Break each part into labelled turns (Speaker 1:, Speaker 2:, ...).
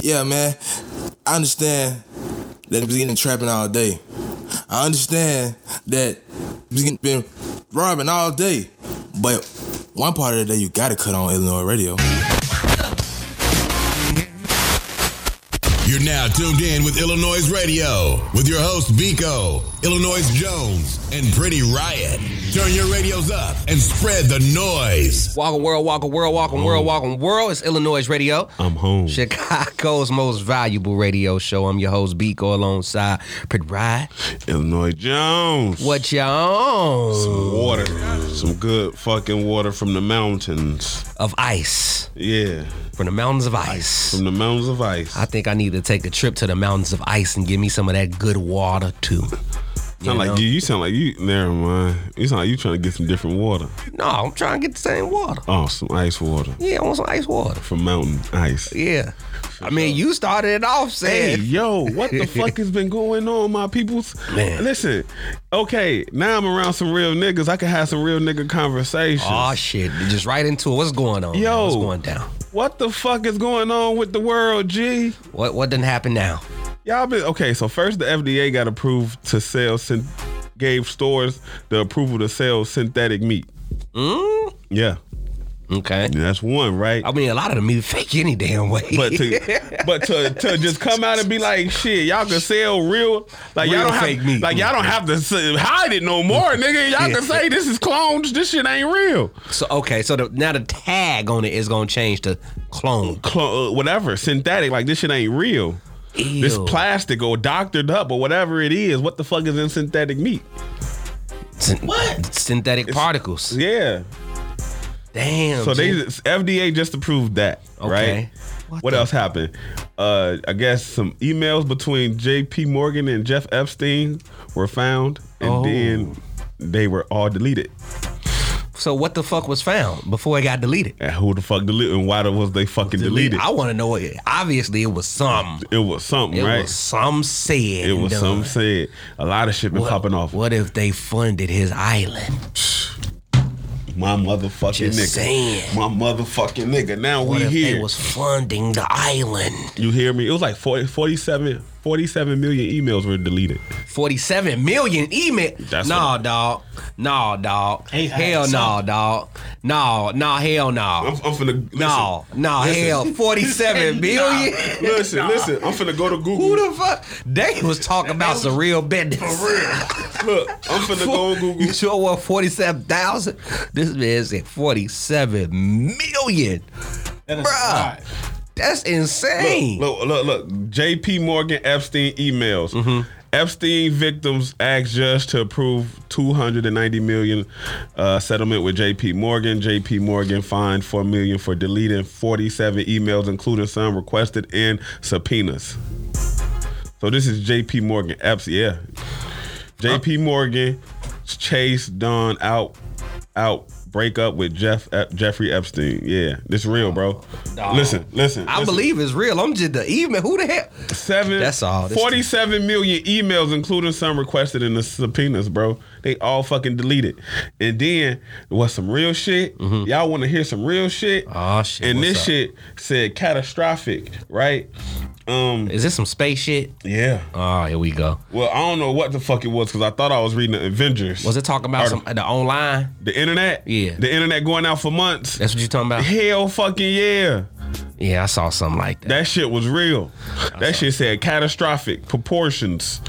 Speaker 1: Yeah, man. I understand that he's getting trapping all day. I understand that he's been robbing all day. But one part of the day, you gotta cut on Illinois radio.
Speaker 2: You're now tuned in with Illinois Radio with your hosts Vico, Illinois Jones, and Pretty Riot. Turn your radios up and spread the noise.
Speaker 3: Walking world, walking world, walking
Speaker 4: Mm.
Speaker 3: world, walking world. It's Illinois radio.
Speaker 4: I'm home.
Speaker 3: Chicago's most valuable radio show. I'm your host, Biko, alongside Pretty Ride.
Speaker 4: Illinois Jones.
Speaker 3: What y'all on?
Speaker 4: Water. Some good fucking water from the mountains.
Speaker 3: Of ice.
Speaker 4: Yeah.
Speaker 3: From the mountains of ice.
Speaker 4: From the mountains of ice.
Speaker 3: I think I need to take a trip to the mountains of ice and give me some of that good water, too. You
Speaker 4: sound
Speaker 3: know?
Speaker 4: like you, you sound like you never mind. You sound like you trying to get some different water.
Speaker 3: No, I'm trying to get the same water.
Speaker 4: Oh, some ice water.
Speaker 3: Yeah, I want some ice water.
Speaker 4: From mountain ice.
Speaker 3: Yeah. I mean, you started it off
Speaker 4: Hey,
Speaker 3: saying.
Speaker 4: yo, what the fuck has been going on, my peoples?
Speaker 3: Man.
Speaker 4: Listen, okay, now I'm around some real niggas. I can have some real nigga conversations.
Speaker 3: Oh shit! Just right into it. What's going on? man?
Speaker 4: Yo.
Speaker 3: what's going down?
Speaker 4: what the fuck is going on with the world, G?
Speaker 3: What what didn't happen now?
Speaker 4: Y'all been okay. So first, the FDA got approved to sell. Syn- gave stores the approval to sell synthetic meat. Yeah,
Speaker 3: Okay.
Speaker 4: that's one, right?
Speaker 3: Mm? I mean, a lot of them either fake any damn way.
Speaker 4: But to but to, to just come out and be like, shit, y'all can sell real, like
Speaker 3: Real
Speaker 4: y'all don't
Speaker 3: fake
Speaker 4: have,
Speaker 3: meat.
Speaker 4: like y'all don't have to s- hide it no more, nigga. Y'all can say this is clones. This shit ain't real.
Speaker 3: so okay, so the, now the tag on it is gonna change to clone.
Speaker 4: Clone, uh, whatever, synthetic. Like this shit ain't real.
Speaker 3: Ew.
Speaker 4: This plastic or doctored up or whatever it is. What the fuck is in synthetic meat?
Speaker 3: Syn- synthetic particles.
Speaker 4: Yeah.
Speaker 3: Damn.
Speaker 4: So they
Speaker 3: G.
Speaker 4: FDA just approved that,
Speaker 3: Okay.
Speaker 4: right? What, else happened? Uh, I guess some emails between J.P. Morgan and Jeff Epstein were found, and
Speaker 3: Oh.
Speaker 4: then they were all deleted.
Speaker 3: So what the fuck was found before it got deleted?
Speaker 4: And who the fuck deleted? And why the- was they fucking deleted?
Speaker 3: I want to know. It. Obviously, it was some.
Speaker 4: It was something,
Speaker 3: It
Speaker 4: right?
Speaker 3: was some said.
Speaker 4: it was
Speaker 3: done.
Speaker 4: some said. A lot of shit been
Speaker 3: What-
Speaker 4: popping off.
Speaker 3: What if they funded his island?
Speaker 4: My motherfucking
Speaker 3: Just
Speaker 4: nigga.
Speaker 3: saying.
Speaker 4: My motherfucking nigga. Now
Speaker 3: What
Speaker 4: we
Speaker 3: if
Speaker 4: here.
Speaker 3: they was funding the island?
Speaker 4: you hear me? It was like 40, 47, 47 million emails were deleted.
Speaker 3: 47 million email.
Speaker 4: That's
Speaker 3: nah,
Speaker 4: what-
Speaker 3: dog. Nah, dog.
Speaker 5: Hey,
Speaker 3: hell
Speaker 5: hey,
Speaker 3: nah, dog. Nah, nah, hell
Speaker 4: I'm,
Speaker 3: nah.
Speaker 4: I'm finna.
Speaker 3: Nah, nah,
Speaker 4: listen.
Speaker 3: hell. 47 million?
Speaker 4: Listen, listen. I'm finna go to Google.
Speaker 3: Who the fuck? They was talking about some real business.
Speaker 4: Look, I'm finna go on Google.
Speaker 3: You sure what? 47,000? This man said 47 million.
Speaker 5: That is
Speaker 3: Bruh.
Speaker 5: right.
Speaker 3: That's insane.
Speaker 4: Look, look, look. J.P. Morgan Epstein emails.
Speaker 3: Mm-hmm.
Speaker 4: Epstein victims asked judge to approve 290 million uh, settlement with J.P. Morgan. J.P. Morgan fined 4 million for deleting 47 emails, including some requested and subpoenas. So this is J.P. Morgan Epstein. Yeah, J.P.
Speaker 3: Uh.
Speaker 4: Morgan chased Don out, out. Break up with Jeff Ep- Jeffrey Epstein. Yeah, this real, bro.
Speaker 3: Dog.
Speaker 4: Listen, listen.
Speaker 3: I
Speaker 4: listen.
Speaker 3: believe it's real. I'm just the email. Who the hell?
Speaker 4: Seven.
Speaker 3: That's all. This-
Speaker 4: 47 million emails, including some requested in the subpoenas, bro. They all fucking deleted. And then what's some real shit? Y'all want to hear some real shit?
Speaker 3: Aw, Mm-hmm. Oh, Ah, shit,
Speaker 4: And
Speaker 3: what's
Speaker 4: this
Speaker 3: up?
Speaker 4: shit said catastrophic, right? Um.
Speaker 3: Is this some space shit?
Speaker 4: Yeah.
Speaker 3: Oh, here we go.
Speaker 4: Well, I don't know what the fuck it was because I thought I was reading the Avengers.
Speaker 3: Was it talking about
Speaker 4: Or
Speaker 3: some the online?
Speaker 4: the internet?
Speaker 3: Yeah.
Speaker 4: The internet going out for months.
Speaker 3: That's what you're talking about?
Speaker 4: Hell fucking yeah.
Speaker 3: Yeah, I saw something like that.
Speaker 4: That shit was real. That shit said catastrophic proportions.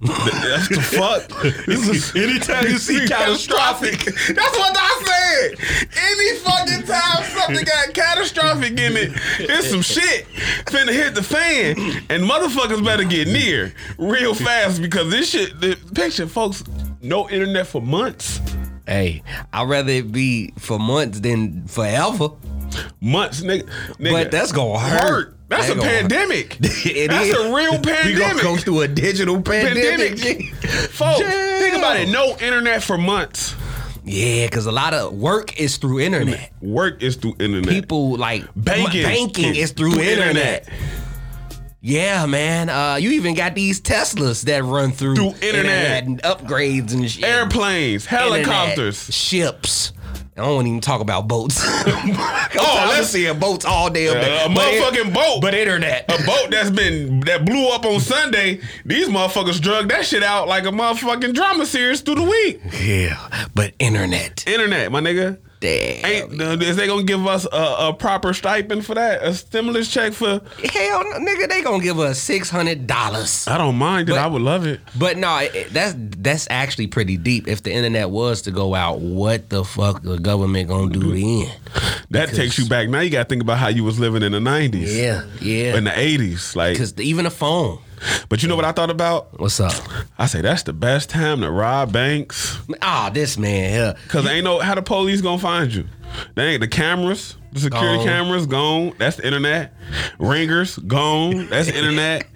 Speaker 4: That's the fuck. This is, anytime you see catastrophic, that's what I said. Any fucking time something got catastrophic in it, it's some shit finna hit the fan, and motherfuckers better get near real fast because this shit. The picture, folks. No internet for months.
Speaker 3: Hey, I'd rather it be for months than forever.
Speaker 4: Months, nigga. nigga
Speaker 3: But that's gonna hurt.
Speaker 4: That's
Speaker 3: That
Speaker 4: a
Speaker 3: gonna hurt.
Speaker 4: pandemic.
Speaker 3: It
Speaker 4: that's
Speaker 3: is.
Speaker 4: a real pandemic.
Speaker 3: We gonna go through a digital pandemic.
Speaker 4: pandemic. Folks,
Speaker 3: Damn.
Speaker 4: think about it. No internet for months.
Speaker 3: yeah, because a lot of work is through internet.
Speaker 4: Work is through internet.
Speaker 3: People like
Speaker 4: banking,
Speaker 3: banking is through, internet. Yeah, man. Uh, you even got these Teslas that run through,
Speaker 4: Through internet.
Speaker 3: and upgrades and shit.
Speaker 4: Airplanes,
Speaker 3: Internet.
Speaker 4: helicopters,
Speaker 3: ships, I don't even talk about boats. oh,
Speaker 4: let's-
Speaker 3: let's see boats all day.
Speaker 4: A
Speaker 3: day. But it-
Speaker 4: motherfucking boat.
Speaker 3: but internet.
Speaker 4: a boat that's been that blew up on Sunday. These motherfuckers drug that shit out like a motherfucking drama series through the week.
Speaker 3: yeah, but internet.
Speaker 4: Internet, my nigga.
Speaker 3: Damn.
Speaker 4: Ain't is they gonna give us a, a proper stipend for that? A stimulus check for?
Speaker 3: Hell, no, nigga, they gonna give us six hundred dollars.
Speaker 4: I don't mind it.
Speaker 3: But-
Speaker 4: I would love it.
Speaker 3: But no, it- it- that's that's actually pretty deep. If the internet was to go out, what the fuck the government gonna do then?
Speaker 4: That takes you back. Now you gotta think about how you was living in the nineties.
Speaker 3: Yeah,
Speaker 4: In
Speaker 3: yeah.
Speaker 4: the eighties, like.
Speaker 3: Because even a phone.
Speaker 4: But you know what I thought about?
Speaker 3: What's up?
Speaker 4: I say that's the best time to rob banks.
Speaker 3: Ah, this man here.
Speaker 4: Cause ain't no how the police gonna find you. They ain't the cameras, the security
Speaker 3: Gone.
Speaker 4: cameras gone. That's the internet. Ringers gone. That's the internet.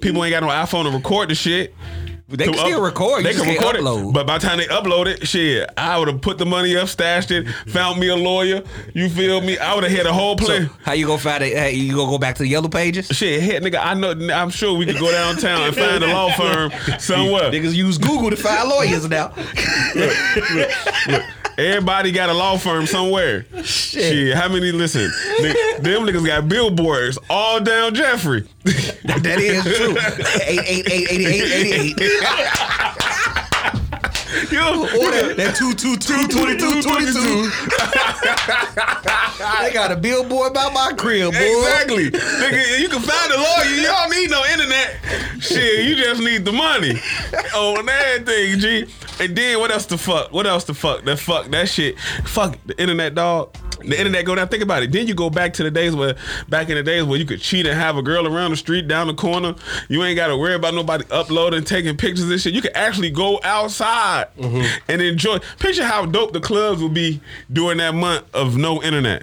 Speaker 4: People ain't got no iPhone to record the shit.
Speaker 3: They can
Speaker 4: To
Speaker 3: still record. They can record
Speaker 4: it,
Speaker 3: upload.
Speaker 4: but by the time they upload it, shit, I would have put the money up, stashed it, found me a lawyer. You feel me? I would have had a whole
Speaker 3: So,
Speaker 4: plan.
Speaker 3: how you gonna find it? Hey, you gonna go back to the yellow pages?
Speaker 4: shit, heck, nigga, I know. I'm sure we could go downtown and find a law firm somewhere.
Speaker 3: Niggas use Google to find lawyers now.
Speaker 4: Everybody got a law firm somewhere. Shit. how many? Listen, nigga, them niggas got billboards all down Jeffrey.
Speaker 3: that is true. 88888888.
Speaker 4: Yo,
Speaker 3: Order that 222 They got a billboard by my crib, boy.
Speaker 4: exactly, nigga. You can find a lawyer. Y'all need no internet. Shit, you just need the money on that thing, G. And then what else the fuck? What else the fuck? That fuck that shit. Fuck the internet, dog. The internet go down. Think about it. Then you go back to the days where, back in the days where you could cheat and have a girl around the street, down the corner. You ain't got to worry about nobody uploading, taking pictures and shit. You can actually go outside and enjoy. Picture how dope the clubs would be during that month of no internet.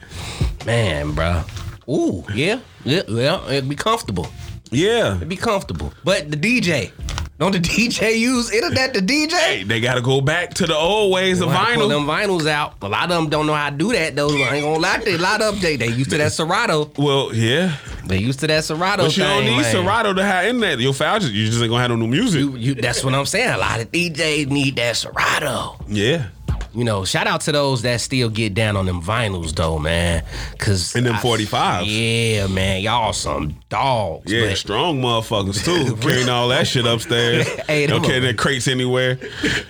Speaker 3: Man, bro. Ooh, yeah. Yeah, well, it'd be comfortable.
Speaker 4: Yeah.
Speaker 3: It'd be comfortable. But the DJ. Don't the DJ use internet to DJ?
Speaker 4: Hey, they gotta go back to the old ways of
Speaker 3: Know how to Pull them
Speaker 4: vinyl.
Speaker 3: vinyls out. A lot of them don't know how to do that though. I ain't gonna lie to you. A lot of them they, they used to that Serato.
Speaker 4: Well, yeah,
Speaker 3: They used to that Serato.
Speaker 4: but you don't
Speaker 3: thing,
Speaker 4: need
Speaker 3: man.
Speaker 4: Serato to have internet. Your files, you just ain't gonna have no new music.
Speaker 3: You- you- that's what I'm saying. A lot of DJs need that Serato.
Speaker 4: Yeah,
Speaker 3: You know, shout out to those that still get down on them vinyls though, man. Cause
Speaker 4: and them
Speaker 3: I-
Speaker 4: 45s. Yeah,
Speaker 3: yeah, man, y'all some dogs. but-
Speaker 4: strong motherfuckers too, carrying all that shit upstairs.
Speaker 3: Hey,
Speaker 4: don't
Speaker 3: them
Speaker 4: carry
Speaker 3: up.
Speaker 4: their crates anywhere.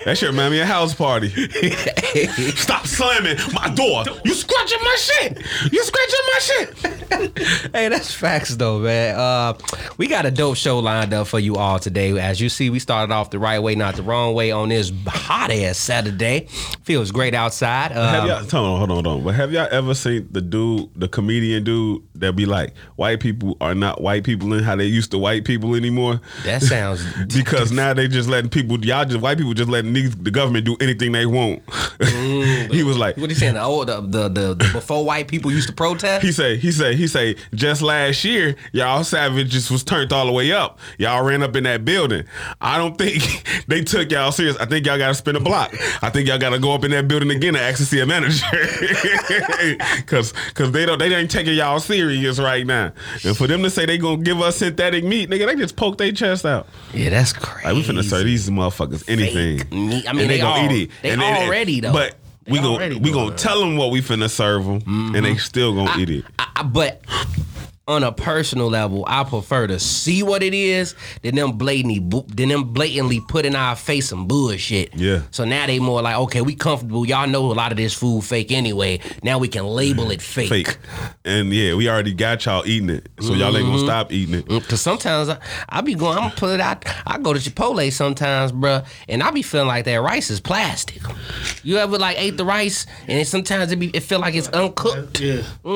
Speaker 4: That shit remind me of house party. Stop slamming my door. You scratching my shit. You scratching my shit.
Speaker 3: Hey, that's facts though, man. Uh, we got a dope show lined up for you all today. As you see, we started off the right way, not the wrong way, on this hot ass Saturday. Feels great outside.
Speaker 4: Have
Speaker 3: Um,
Speaker 4: y'all, hold on, hold on, hold on. But have y'all ever seen the dude, the comedian dude, that be like, white people are not white people and how they used to white people anymore?
Speaker 3: that sounds.
Speaker 4: because now they just letting people y'all just white people just letting these, the government do anything they want. he was like
Speaker 3: Mm. What are you saying? The old, the, the, the, the before white people used to protest.
Speaker 4: he say he say he say just last year y'all savages was turned all the way up. Y'all ran up in that building. I don't think they took y'all serious. I think y'all got to spin a block. I think y'all got to go up in that building again and ask to see a manager because because they don't they ain't taking y'all serious right now. And for them to say they gonna give us synthetic meat, nigga, they just poke their chest out.
Speaker 3: Yeah, that's crazy.
Speaker 4: Like we finna serve these motherfuckers anything.
Speaker 3: Fake meat. I mean,
Speaker 4: And
Speaker 3: they
Speaker 4: gonna
Speaker 3: all- they already, though.
Speaker 4: But
Speaker 3: They
Speaker 4: we
Speaker 3: already Mm-hmm.
Speaker 4: gonna we
Speaker 3: doing
Speaker 4: gonna
Speaker 3: that.
Speaker 4: tell them what we finna serve them, and they still gonna eat it.
Speaker 3: I, I- but on a personal level, I prefer to see what it is than them blatantly bo- than them blatantly put in our face some bullshit.
Speaker 4: Yeah.
Speaker 3: So now they more like, okay, we comfortable. Y'all know a lot of this food fake anyway. Now we can label it fake.
Speaker 4: Mm. Fake, and yeah, we already got y'all eating it, so y'all ain't
Speaker 3: Mm-hmm.
Speaker 4: gonna stop eating it.
Speaker 3: Cause sometimes I, I be going, I'm gonna put it out. I go to Chipotle sometimes, bruh, and I be feeling like that rice is plastic. You ever like ate the rice and sometimes it be it feel like it's uncooked. Mm-hmm.
Speaker 5: Yeah.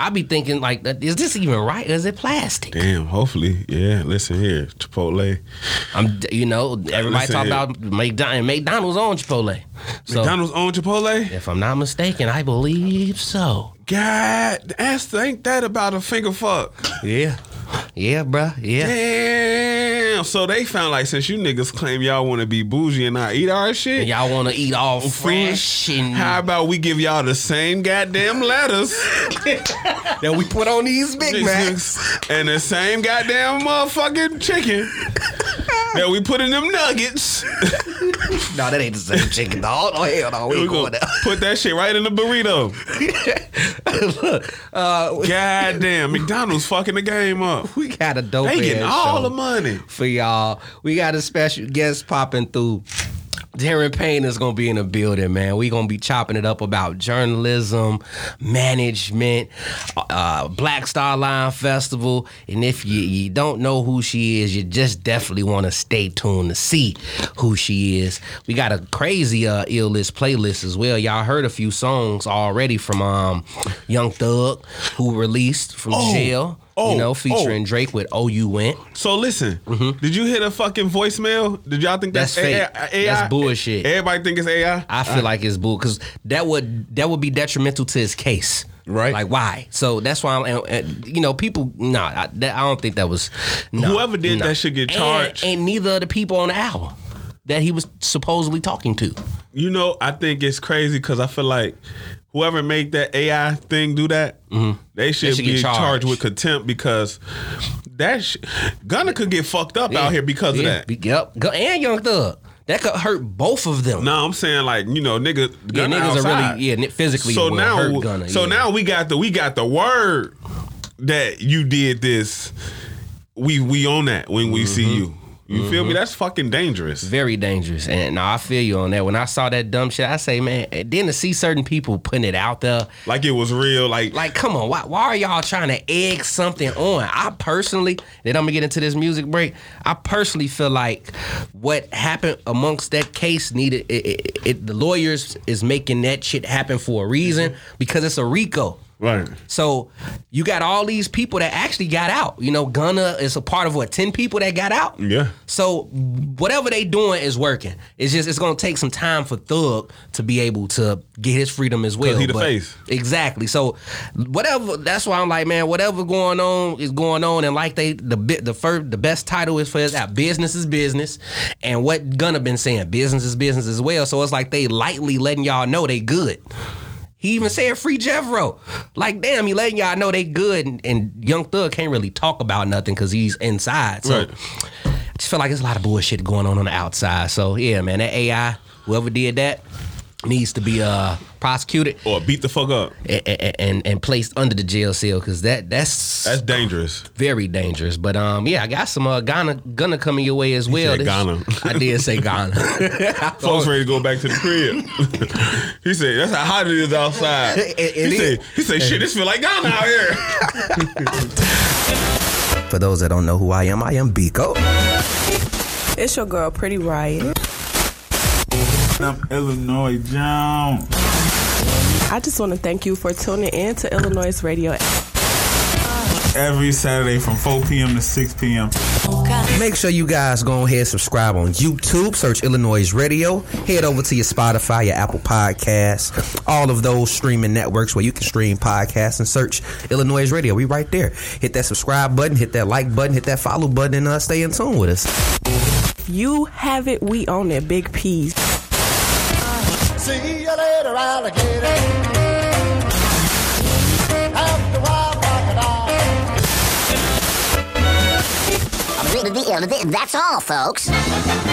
Speaker 3: I be thinking like, is this even right? Is it plastic?
Speaker 4: Damn, hopefully, yeah. Listen here, Chipotle.
Speaker 3: I'm, you know, everybody
Speaker 4: listen
Speaker 3: talk
Speaker 4: here.
Speaker 3: about McDonald's, McDonald's on Chipotle. So,
Speaker 4: McDonald's own Chipotle.
Speaker 3: if I'm not mistaken, I believe so.
Speaker 4: God, ask ain't that about a finger fuck?
Speaker 3: Yeah, yeah, bruh. Yeah,
Speaker 4: Damn. So they found like since you niggas claim y'all want to be bougie and not eat our shit,
Speaker 3: And y'all want to eat all fresh and
Speaker 4: How about we give y'all the same goddamn letters
Speaker 3: that we put on these Big
Speaker 4: and the same goddamn motherfucking chicken? that we put in them nuggets.
Speaker 3: No, that ain't the same chicken dog. Oh hell no, we
Speaker 4: We
Speaker 3: ain't
Speaker 4: gonna
Speaker 3: going there.
Speaker 4: put that shit right in the burrito.
Speaker 3: Uh,
Speaker 4: God damn, McDonald's fucking the game up.
Speaker 3: we got a dope.
Speaker 4: They getting
Speaker 3: ass
Speaker 4: all
Speaker 3: show.
Speaker 4: the money.
Speaker 3: for y'all. We got a special guest popping through. Darren Payne is gonna be in the building, man. We gonna be chopping it up about journalism, management, uh, Black Star Line Festival, and if you, you don't know who she is, you just definitely want to stay tuned to see who she is. We got a crazy uh, ill list playlist as well. Y'all heard a few songs already from um, Young Thug, who released from jail.
Speaker 4: oh,
Speaker 3: you know,
Speaker 4: oh.
Speaker 3: featuring Drake with "Oh You Went."
Speaker 4: So listen, did you hear a fucking voicemail? Did y'all think that's,
Speaker 3: Mm-hmm. That's fake. That's bullshit.
Speaker 4: Everybody think it's AI.
Speaker 3: I feel like it's bull because that would that would be detrimental to his case.
Speaker 4: Right.
Speaker 3: Like why? So that's why I'm. And, and, you know, people. Nah, I, that, I don't think that was. nah,
Speaker 4: Whoever did
Speaker 3: nah.
Speaker 4: that should get
Speaker 3: And-
Speaker 4: charged.
Speaker 3: And, neither of the people on the album that he was supposedly talking to.
Speaker 4: you know, I think it's crazy because I feel like whoever made that AI thing do that, they should,
Speaker 3: Mm-hmm. should
Speaker 4: be
Speaker 3: get
Speaker 4: charged.
Speaker 3: charged.
Speaker 4: with contempt because that sh- Gunna could get fucked up out here because
Speaker 3: Yeah,
Speaker 4: of that.
Speaker 3: be- Yep. Go- And Young Thug. That could hurt both of them.
Speaker 4: No, I'm saying like you know, nigga,
Speaker 3: yeah,
Speaker 4: Gunna
Speaker 3: niggas
Speaker 4: outside.
Speaker 3: are really yeah ni- physically.
Speaker 4: so
Speaker 3: will
Speaker 4: now,
Speaker 3: hurt Gunna,
Speaker 4: so
Speaker 3: yeah.
Speaker 4: now we got the we got the word that you did this. We we own that when we
Speaker 3: Mm-hmm.
Speaker 4: see you. You feel me? That's fucking dangerous.
Speaker 3: very dangerous. And no, I feel you on that. When I saw that dumb shit, I say, man. And then to see certain people putting it out there.
Speaker 4: Like it was real. Like,
Speaker 3: Like, come on, why, why are y'all trying to egg something on? I personally, then I'm gonna get into this music break. I personally feel like what happened amongst that case needed it, it, it, the lawyers is making that shit happen for a reason because it's a RICO.
Speaker 4: right.
Speaker 3: So you got all these people that actually got out. You know, Gunna is a part of what ten people that got out.
Speaker 4: Yeah.
Speaker 3: So whatever they doing is working. It's just it's gonna take some time for Thug to be able to get his freedom as well.
Speaker 4: he the
Speaker 3: But-
Speaker 4: face.
Speaker 3: Exactly. So whatever. That's why I'm like, man, whatever going on is going on. And like they the bit the first the best title is for his app. Business is business, and what Gunna been saying, business is business as well. So it's like they lightly letting y'all know they good. He even said free Jeffro. Like, damn, he letting y'all know they good. And, and Young Thug can't really talk about nothing because he's inside. So
Speaker 4: Right.
Speaker 3: I just feel like there's a lot of bullshit going on on the outside. So, yeah, man, that AI, whoever did that, needs to be uh, prosecuted
Speaker 4: Or beat the fuck up.
Speaker 3: and, and, and placed under the jail cell because that, that's,
Speaker 4: That's dangerous.
Speaker 3: very dangerous. But um, yeah, I got some uh, Ghana, Ghana coming your way as well.
Speaker 4: said
Speaker 3: This-
Speaker 4: Ghana.
Speaker 3: I did say Ghana.
Speaker 4: Folks ready to go back to the crib. he said, "That's how hot it is outside."
Speaker 3: It-
Speaker 4: he
Speaker 3: it is.
Speaker 4: said, "He said, shit, this feel like Ghana out here."
Speaker 3: For those that don't know who I am, I am Biko.
Speaker 5: It's your girl, Pretty Riot.
Speaker 6: up Illinois Jones.
Speaker 5: I just want to thank you for tuning in to Illinois Radio.
Speaker 6: Every Saturday from 4 p.m. to 6 p.m.
Speaker 3: Make sure you guys go ahead and subscribe on YouTube. Search Illinois Radio. Head over to your Spotify, your Apple Podcasts, all of those streaming networks where you can stream podcasts and search Illinois Radio. We right there. Hit that subscribe button, hit that like button, hit that follow button, and uh, stay in tune with us.
Speaker 5: You have it, we own it. Big P's.
Speaker 7: See you later, alligator. Have the wild crocodile.
Speaker 8: That's all, folks.